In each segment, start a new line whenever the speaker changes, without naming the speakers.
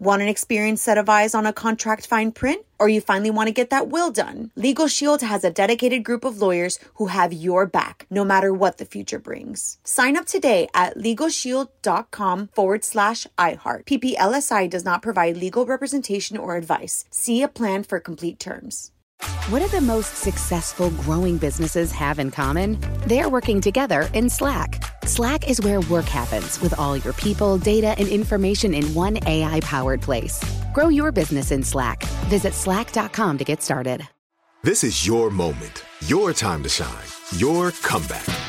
Want an experienced set of eyes on a contract fine print? Or you finally want to get that will done? Legal Shield has a dedicated group of lawyers who have your back, no matter what the future brings. Sign up today at LegalShield.com forward slash iHeart. PPLSI does not provide legal representation or advice. See a plan for complete terms.
What do the most successful growing businesses have in common? They're working together in Slack. Slack is where work happens with all your people, data, and information in one AI powered place. Grow your business in Slack. Visit slack.com to get started.
This is your moment, your time to shine, your comeback.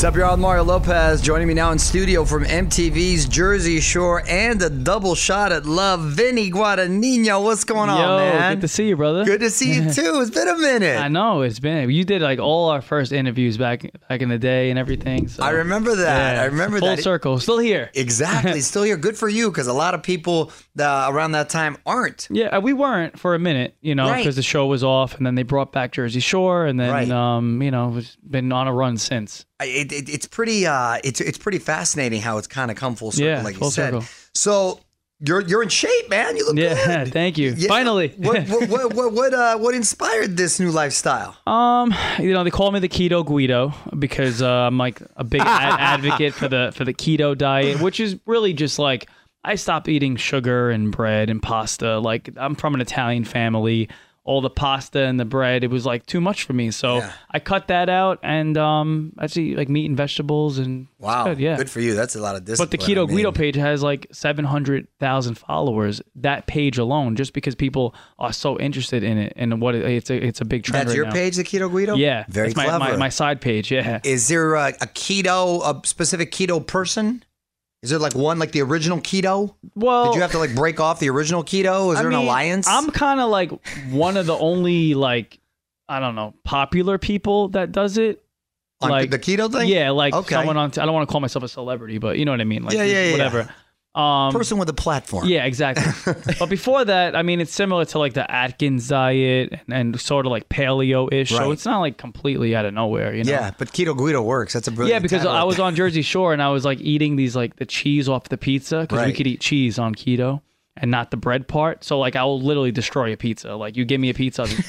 What's up, y'all? Mario Lopez joining me now in studio from MTV's Jersey Shore and a double shot at love, Vinny Guadagnino. What's going on,
Yo,
man?
good to see you, brother.
Good to see you too. It's been a minute.
I know it's been. You did like all our first interviews back back in the day and everything. So
I remember that.
Yeah,
I remember
full
that.
circle. Still here.
Exactly. Still here. Good for you because a lot of people uh, around that time aren't.
Yeah, we weren't for a minute, you know,
Right.
because the show was off, and then they brought back Jersey Shore, and then
Right.
um, you know, it's been on a run since.
I- It, it, it's pretty. Uh, it's it's pretty fascinating how it's kind of come full circle,
Yeah,
like you
full
said.
circle.
So you're you're in shape, man. You look
Yeah,
good.
thank you.
Yeah.
Finally.
what what what what what, uh, what inspired this new lifestyle?
Um, you know, they call me the keto Guido because uh, I'm like a big ad- advocate for the for the keto diet, which is really just like I stopped eating sugar and bread and pasta. Like I'm from an Italian family, all the pasta and the bread it was like too much for me, so I cut that out and um, I just eat like meat and vegetables and it's
Wow,
good, yeah.
for you. That's a lot of discipline.
but the Keto
I mean,
Guido page has like 700,000 followers. That page alone, just because people are so interested in it and what it, it's a it's a big trend.
That's
right
your
now.
page, the Keto Guido.
Yeah,
very
that's my,
clever.
My, my side page, yeah.
Is there a, a keto, a specific keto person? Is there like one, like the original keto?
Well,
Did you have to like break off the original keto? Is
I
there an
mean,
alliance?
I'm kind of like one of the only like I don't know popular people that does it.
on
like-
the keto thing?
yeah, like
okay.
someone on. T- I don't want to call myself a celebrity, but you know what I mean. Like
Yeah, yeah, yeah.
whatever. Um,
person with a platform.
Yeah, exactly. but before that, I mean, it's similar to like the Atkins diet and, and sort of like paleo ish.
Right.
So it's not like completely out of nowhere, you know?
Yeah, but keto Guido works. That's a brilliant.
yeah, because
title.
I was on Jersey Shore and I was like eating these like the cheese off the pizza because we
Right.
could eat cheese on keto and not the bread part. So like I will literally destroy a pizza. Like you give me a pizza, I'll just-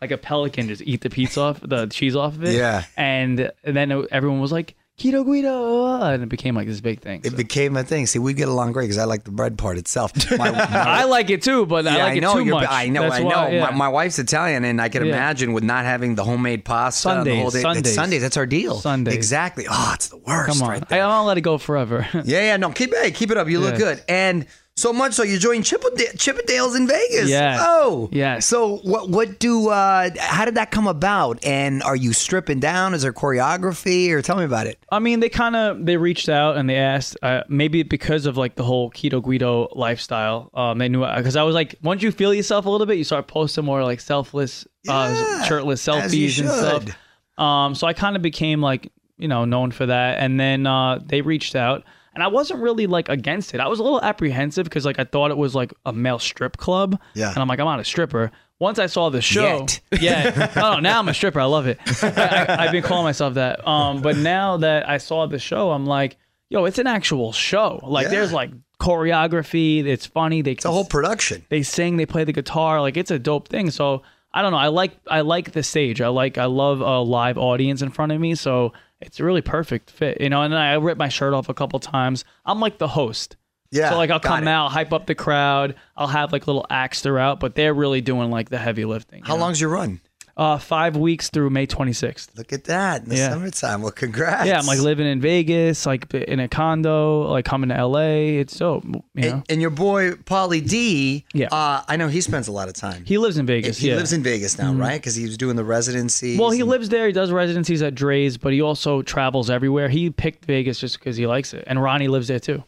like a pelican, just eat the pizza off the cheese off of it.
Yeah.
and, and then it- everyone was like keto Guido, uh," and it became like this big thing.
It
So-
became a thing. See, we get along great because I like the bread part itself. My- my-
I like it too, but I
Yeah,
like
know
it too
you're-
much.
I know.
That's
I know.
why- yeah.
my, my wife's Italian, and I can
Yeah.
imagine with not having the homemade pasta and the
Sundays,
whole day. it's
Sundays.
Sundays. That's our deal.
Sundays.
Exactly. Oh, it's the worst.
Come on, um,
Right
I
there.
don't let it go forever.
Yeah, yeah. No, keep hey, keep it up. You look
Yes.
good, and so much so you joined Chippendale, Chippendales in Vegas.
Yes.
Oh,
Yes.
So what? What do? Uh, how did that come about? And are you stripping down? Is there choreography? Or tell me about it.
I mean, they kind of they reached out and they asked uh, maybe because of like the whole keto Guido lifestyle. Um, they knew because I was like, once you feel yourself a little bit, you start posting more like selfless,
Yeah,
uh, shirtless
as you
selfies and stuff.
should.
Um, so I kind of became like you know known for that, and then uh, they reached out, and I wasn't really like against it. I was a little apprehensive because like I thought it was like a male strip club,
Yeah.
and I'm like I'm not a stripper. Once I saw the show,
Yet.
yeah, no, no, now I'm a stripper. I love it. I, I, I've been calling myself that. Um, but now that I saw the show, I'm like, yo, it's an actual show. Like there's like choreography. It's funny. They
It's a whole production.
they sing, they play the guitar, like it's a dope thing. So I don't know. I like I like the stage. I like I love a live audience in front of me. So it's a really perfect fit, you know. And then I rip my shirt off a couple times. I'm like the host.
Yeah.
so like I'll
got
come
it.
out, hype up the crowd. I'll have like little acts throughout, but they're really doing like the heavy lifting. you
How
know?
long's your run?
Uh, five weeks through May 26th.
Look at that in the
Yeah.
summertime. Well, congrats.
Yeah, I'm like living in Vegas, like in a condo, like coming to LA. It's dope. You know,
and, and your boy Polly D.
Yeah.
uh, I know he spends a lot of time.
he lives in Vegas.
he
yeah.
lives in Vegas now, right? Because he was doing the residency.
Well, he lives there. He does residencies at Dre's, but he also travels everywhere. He picked Vegas just because he likes it, and Ronnie lives there too.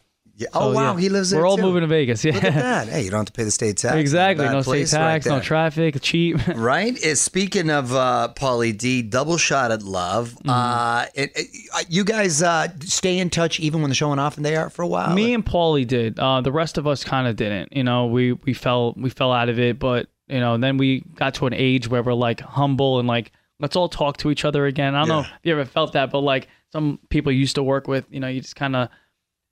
oh
So,
wow,
yeah.
he lives there.
We're all
too.
moving to Vegas. Yeah.
Look at that. Hey, you don't have to pay the state tax.
Exactly.
Bad
No state
place right
tax, no
there.
traffic, cheap.
Right. Is speaking of uh, Pauly D, double shot at love.
Mm-hmm.
Uh, it, it, uh, you guys uh, stay in touch even when the show went off, and they are for a while.
Me and Paulie did. Uh, the rest of us kind of didn't. You know, we we fell we fell out of it, but you know, then we got to an age where we're like humble and like let's all talk to each other again. I don't know if you ever felt that, but like some people you used to work with, you know, you just kind of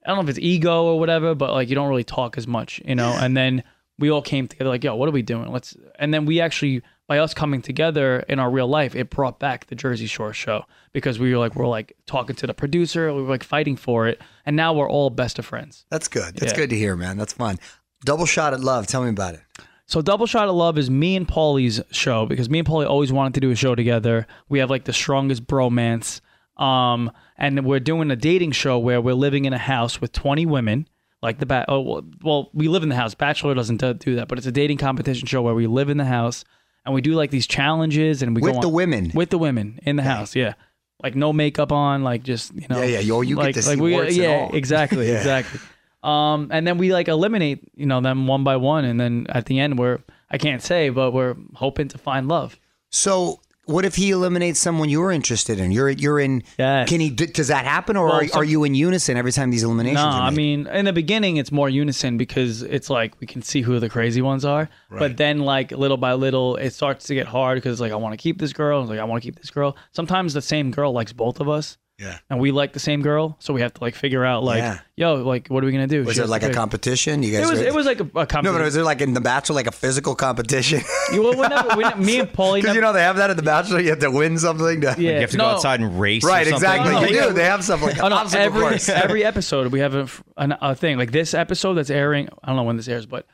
I don't know if it's ego or whatever, but like you don't really talk as much, you know. And then we all came together like, yo, what are we doing? Let's. And then we actually by us coming together in our real life, it brought back the Jersey Shore show because we were like we're like talking to the producer, we were like fighting for it, and now we're all best of friends.
that's good. That's
Yeah.
good to hear, man. That's fun. Double shot at love. Tell me about it.
So Double Shot of Love is me and Paulie's show because me and Paulie always wanted to do a show together. We have like the strongest bromance. Um, and we're doing a dating show where we're living in a house with 20 women. Like the ba- oh, well- well, we live in the house. Bachelor doesn't do- do that, but it's a dating competition show where we live in the house and we do like these challenges and we
With
go on-
the women?
with the women in the house. Yeah, like no makeup on, like just you know.
Yeah, yeah, yo, you get
like,
to see
like we,
warts and
yeah,
all.
exactly, exactly. Um, and then we like eliminate, you know, them one by one, and then at the end, we're I can't say, but we're hoping to find love.
So, what if he eliminates someone you're interested in? You're you're in.
Yes.
Can he? d- Does that happen, or
Well,
are,
some-
are you in unison every time these eliminations?
No,
are made?
I mean, in the beginning, it's more unison because it's like we can see who the crazy ones are. But then, like little by little, it starts to get hard because like I want to keep this girl, and like I want to keep this girl. Sometimes the same girl likes both of us.
Yeah.
and we like the same girl, so we have to like figure out like,
Yeah.
yo, like what are we gonna do?
was
She
there
has to
like a
pick.
competition? You guys.
It was
were-
it was like a, a
No, but
competition.
was there like in The Bachelor, like a physical competition?
You- well, we never- we ne- me and Paulie.
Because
never-
you know they have that at The Bachelor. You have to win something. To,
yeah,
You have to
no,
go outside and race. or
Right.
something?
Exactly.
No, no,
you
we
do.
don't-
They have something like
Oh,
an
no,
obstacle
every,
course.
every episode we have a, f- an, a thing like this episode that's airing. I don't know when this airs, but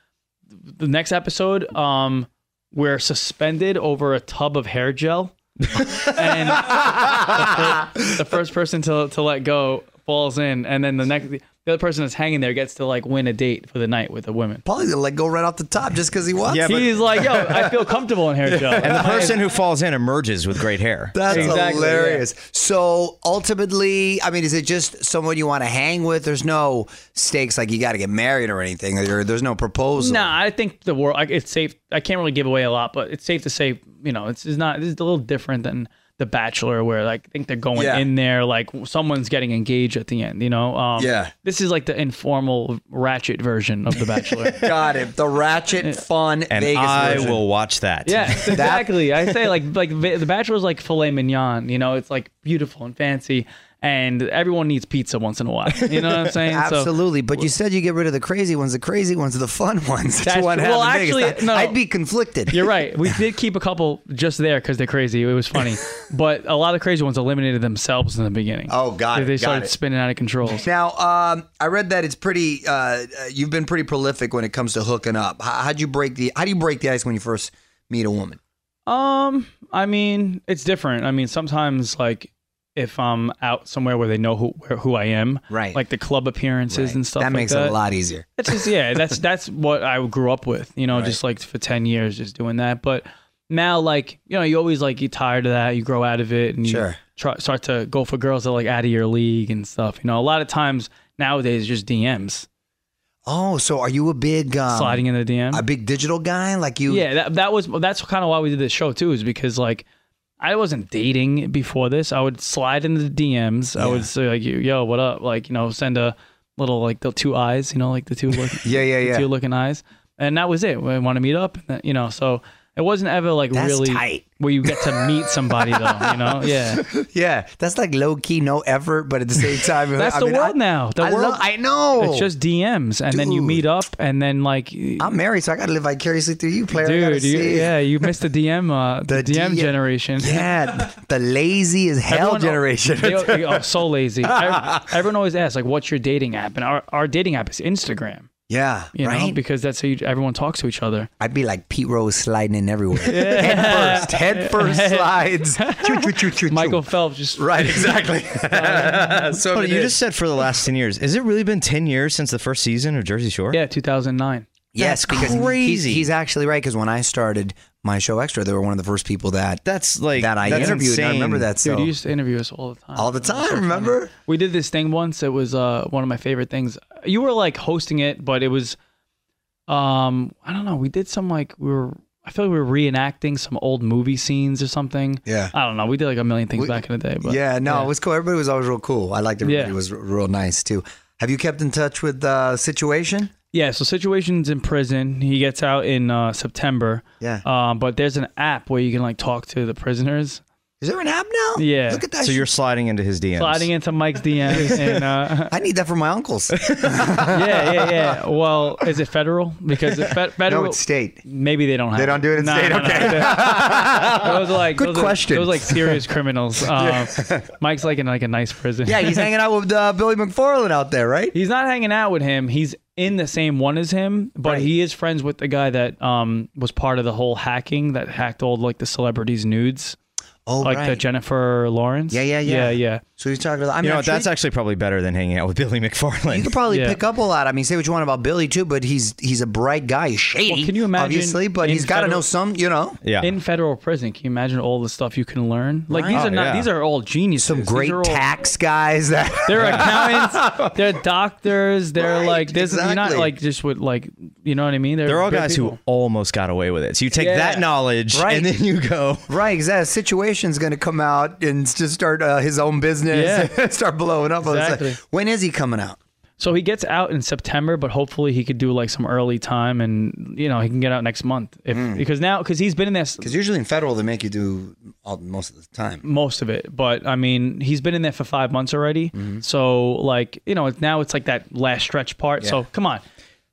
the next episode, um, we're suspended over a tub of hair gel, and the, fir- the first person to to let go falls in, and then the next the other person that's hanging there gets to like win a date for the night with a woman.
Probably gonna let go right off the top just because he wants.
Yeah,
it.
but-
He's like, yo, I feel comfortable in hair gel.
And the person who falls in emerges with great hair.
That's
Exactly,
hilarious. So ultimately, I mean, is it just someone you want to hang with? There's no stakes like you got to get married or anything. Or there's no proposal.
No, I think the world. like, It's safe. I can't really give away a lot, but it's safe to say, you know, it's, it's not. It's a little different than The Bachelor, where like I think they're going
Yeah.
in there like someone's getting engaged at the end. You know, um,
Yeah.
This is like the informal ratchet version of The Bachelor.
Got it. The ratchet fun
And
Vegas
I
version.
will watch that.
yeah, exactly. I say like like Va- The Bachelor's like filet mignon. You know, it's like beautiful and fancy, and everyone needs pizza once in a while. You know what I'm saying? So-
Absolutely, but you said you get rid of the crazy ones. The crazy ones are the fun ones. That's
That's
what
true.
happened
Well,
in Vegas.
actually,
I-
no.
I'd be conflicted.
You're right. We did keep a couple just there because they're crazy. It was funny, but a lot of crazy ones eliminated themselves in the beginning.
Oh, got
They-
it,
They
got
started
it.
spinning out of control.
Now, um, I read that it's pretty. Uh, uh, you've been pretty prolific when it comes to hooking up. How, how'd you break the? How do you break the ice when you first meet a woman?
Um, I mean, it's different. I mean, sometimes like if I'm out somewhere where they know who where, who I am,
Right.
Like the club appearances and stuff.
that
like
makes
that.
it a lot easier.
It's just yeah, that's that's what I grew up with, you know, just like for ten years, just doing that. But now, like you know, you always like get tired of that. You grow out of it, and you
Sure.
try, start to go for girls that are, like out of your league and stuff. You know, a lot of times nowadays, it's just DMs,
Oh, so are you a big um,
sliding in the DM.
a big digital guy like you?
yeah, that that was that's kind of why we did this show too, is because like. I wasn't dating before this. I would slide in the DMs. I would say like, "Yo, what up?" Like, you know, send a little like the two eyes, you know, like the two look,
yeah, yeah,
yeah.
yeah.
two looking eyes, and that was it. We want to meet up, and that- you know. So it wasn't ever like
That's
really
tight.
where you get to meet somebody though, you know. Yeah,
yeah, that's like low key, no effort, but at the same time,
that's
I
the
mean,
world
I-
now. The
I
world,
lo- I know.
it's just DMs, and then you
Dude.
meet up, and then like,
I'm married, so I got to live vicariously through you, player. I gotta
dude, you,
see.
yeah, you missed the DM, uh, the, DM,
D-
generation.
yeah. The lazy as hell
Everyone-
generation.
They, they are so lazy. Ev- Everyone always asks, like, what's your dating app? And our, our dating app is Instagram.
Yeah.
you know,
right?
because that's how you, everyone talks to each other.
I'd be like Pete Rose sliding in everywhere. head first. Head first slides. Choo, choo, choo, choo, choo.
Michael Phelps just
Right, exactly. so
Oh,
it
you
is.
just said for the last 10 years. Has it really been 10 years since the first season of Jersey Shore?
yeah, 2009.
yes,
That's
because he's-
crazy.
He's, actually right. Because when I started my show extra, they were one of the first people that
That's like
that I
that's
interviewed. And I remember
insane.
that. So
Dude, he used to interview us all the time.
all the time, remember?
We did this thing once. It was uh, one of my favorite things. You were like hosting it, but it was, um, I don't know. We did some like we were. I feel like we were reenacting some old movie scenes or something.
Yeah.
I don't know. We did like a million things back in the day. But
yeah, no, it was cool. Everybody was always real cool. I liked everybody.
Yeah.
It was r- real nice too. Have you kept in touch with uh, situation?
Yeah, so situations in prison. He gets out in uh, September.
Yeah.
Um, but there's an app where you can like talk to the prisoners.
Is there an app now?
Yeah.
Look at that.
So you're sliding into his DMs.
Sliding into Mike's DMs and uh,
I need that for my uncles.
yeah, yeah, yeah. Well, is it federal? Because the fe- federal
no, it's state.
maybe they don't have.
They don't do it in
No,
state.
no, no.
okay.
Those are like
Good
those are-
question.
those are like serious criminals. Um, Mike's like in like a nice prison.
yeah, he's hanging out with uh, Billy McFarland out there, right?
he's not hanging out with him. He's in the same one as him, but he is friends with the guy that um was part of the whole hacking that hacked all like the celebrities' nudes,
Oh,
like the
right.
Jennifer Lawrence.
Yeah, yeah, yeah.
yeah, yeah.
so he's talking about. I mean,
You know
I'm
what?
sure
That's actually probably better than hanging out with Billy McFarland.
You could probably
Yeah.
pick up a lot. I mean, say what you want about Billy too, but he's he's a bright guy. He's shady,
Well, can you imagine
Obviously, but
in
he's got to
federal-
know some. You know,
yeah.
In federal prison, can you imagine all the stuff you can learn? Like these
Right.
are not;
Oh, yeah.
these are all geniuses.
some
These
great
are all-
tax guys that
They're accountants. they're doctors. They're
Right,
like this. You're not
exactly.
like just with like you know what I mean.
They're all
good
guys
people.
who almost got away with it. So you take
Yeah.
that knowledge
Right.
and then you go.
right. Because that situation's going to come out and just start uh, his own business,
Yeah.
start blowing up. I was like,
Exactly.
when is he coming out?
So he gets out in September, but hopefully he could do like some early time, and you know he can get out next month if
Hmm.
because now because he's been in this
Because usually in federal they make you do all, most of the time.
most of it, but I mean he's been in there for five months already.
Mm-hmm.
So like you know it's- now it's like that last stretch part. So come on,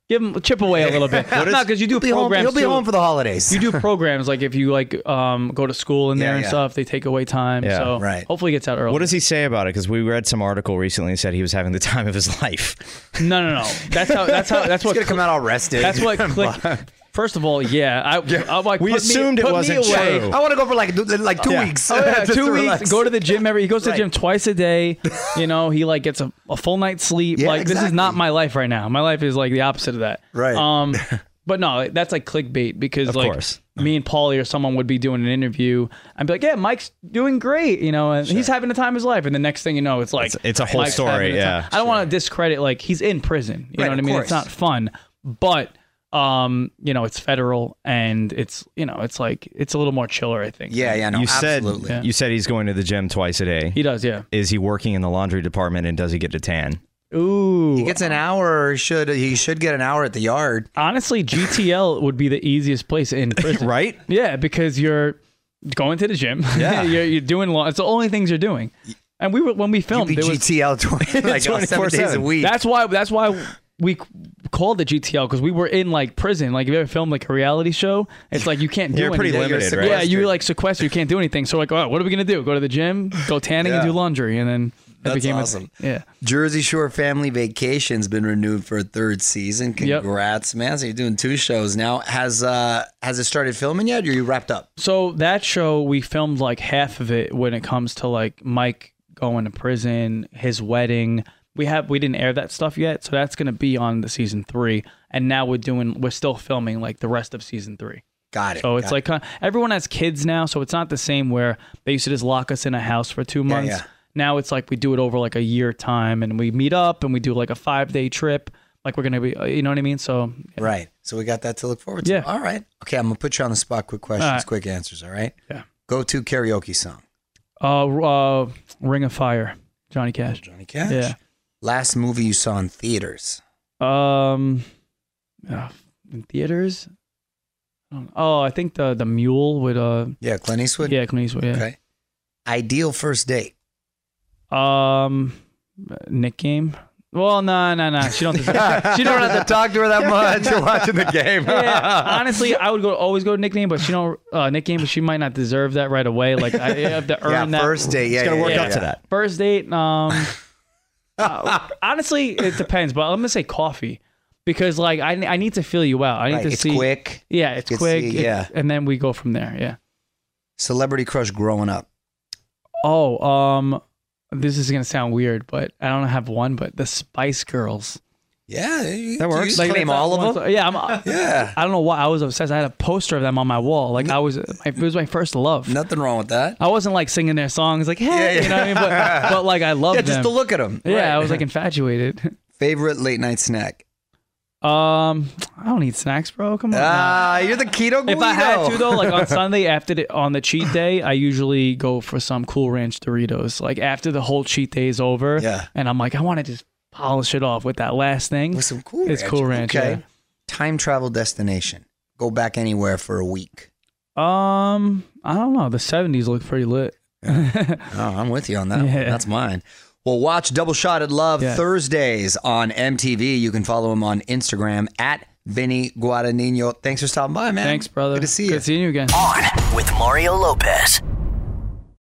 give him chip away a little bit. no, because you do
He'll be home.
programs
He'll be
too.
home for the holidays.
you do programs like if you like um, go to school in there
Yeah,
and
yeah.
stuff, they take away time.
Yeah.
so
Right.
hopefully he gets out early.
What does he say about it? Because we read some article recently and said he was having the time of his life.
No, no, no. That's how. That's how. That's
he's
what.
going to come out all rested.
That's what. Click. First of all, yeah. I, I'm like,
We
put me-
assumed it
put me
wasn't
away.
true.
I want to go for like like two
Yeah.
weeks.
Oh, yeah,
Just
two weeks.
relax.
Go to the gym every. He goes to the gym
Right.
twice a day. You know, he like gets a, a full night's sleep.
Yeah,
like this is not
exactly.
my life right now. My life is like the opposite of that.
Right.
Um. But no, that's like clickbait because
Of
like
course.
me and Paulie or someone would be doing an interview. I'd be like, yeah, Mike's doing great. You know, and he's having the time of his life. And the next thing you know, it's like
It's- it's a whole
Mike's
story,
having the time-
yeah.
I don't want to discredit like he's in prison. You
Right,
know what I
of
mean?
course.
It's not fun, but um, you know, it's federal and it's you know, it's like it's a little more chiller, I think.
Yeah, yeah, no,
you
absolutely.
said you said he's going to the gym twice a day.
He does, yeah.
Is he working in the laundry department and does he get to tan?
Ooh.
He gets an hour. Or should he should get an hour at the yard?
Honestly, GTL would be the easiest place in prison.
Right?
Yeah, because you're going to the gym.
Yeah.
you're, you're doing law. It's the only things you're doing. And we were when we filmed,
Be
Oh, there was
GTL twenty like uh, seven days a
24/7.
week.
that's why that's why we c- called the GTL because we were in like prison. Like if you ever filmed like a reality show, it's like you can't do
You're pretty
anything.
you're
limited, right?
Yeah,
sequestered.
you like sequester. You can't do anything. So like, oh, what are we gonna do? Go to the gym, go tanning, and
Yeah.
do laundry, and then that
That's
became a-
awesome.
yeah.
Jersey Shore Family Vacation's been renewed for a third season.
Yep.
Congrats, man! So you're doing two shows now. Has uh has it started filming yet? Or are you wrapped up?
So that show we filmed like half of it when it comes to like Mike going to prison, his wedding. We have we didn't air that stuff yet, so that's gonna be on the season three. And now we're doing we're still filming like the rest of season three.
Got it.
So Oh, it's
Got it.
like kind of- everyone has kids now, so it's not the same where they used to just lock us in a house for two months.
yeah.
Now it's like we do it over like a year time, and we meet up and we do like a five day trip. Like we're gonna be, uh, you know what I mean? So
right. So we got that to look forward to.
Yeah.
All right. Okay, I'm gonna put you on the spot. Quick questions,
All right.
quick answers. All right.
Yeah.
Go to karaoke song.
uh, uh Ring of Fire, Johnny Cash.
Johnny Cash.
Yeah.
Last movie you saw in theaters.
Um, uh, in theaters. I don't- Oh, I think the the mule with uh
Yeah, Clint Eastwood.
yeah Clint Eastwood. Yeah.
Okay. Ideal first date.
Um, Nick game. Well, no, no, no. She don't. deserve- she don't have to.
talk to her that much. You're watching the game.
Yeah, honestly, I would go always go to Nick game, but she don't uh, Nick game, but she might not deserve that right away. Like I I have to earn
Yeah,
that
first date. Yeah,
It's gonna
yeah,
work
yeah,
up to
yeah.
that.
First date, um, uh, honestly, it depends. But I'm gonna say coffee because like I, I need to feel you out. I need
Right,
to
it's
see.
quick.
Yeah, it's
It's-
quick.
yeah.
it's- and then we go from there. Yeah.
Celebrity crush growing up.
Oh, um, this is gonna sound weird, but I don't have one. But the Spice Girls.
Yeah, you-
That
you
works.
just
Like,
put
name
that
all of
one-
them?
So, yeah, I'm, uh,
Yeah,
I don't know why I was obsessed. I had a poster of them on my wall. Like I was, my, it was my first love.
nothing wrong with that.
I wasn't like singing their songs, like hey,
yeah.
you know what I mean. But, but like I loved
Yeah,
them.
just to look at them.
yeah, I was like infatuated.
Favorite late night snack.
Um, I don't eat snacks, bro. Come on. now.
Ah, you're the keto guido.
If I had to though, like on Sunday after the, on the cheat day, I usually go for some Cool Ranch Doritos. Like after the whole cheat day is over,
Yeah.
and I'm like, I want to just polish it off with that last thing.
With some Cool
it's
Ranch,
Cool Ranch.
okay. Time travel destination. Go back anywhere for a week.
yeah. Um, I don't know. The '70s look pretty lit.
Oh, I'm with you on that. one.
Yeah.
That's mine. Well, watch Double Shot at Love
Yes.
Thursdays on MTV. You can follow him on Instagram at Vinny Guadagnino. Thanks for stopping by, man.
Thanks, brother.
Good to see Ah. you.
Good seeing you again.
On with Mario Lopez.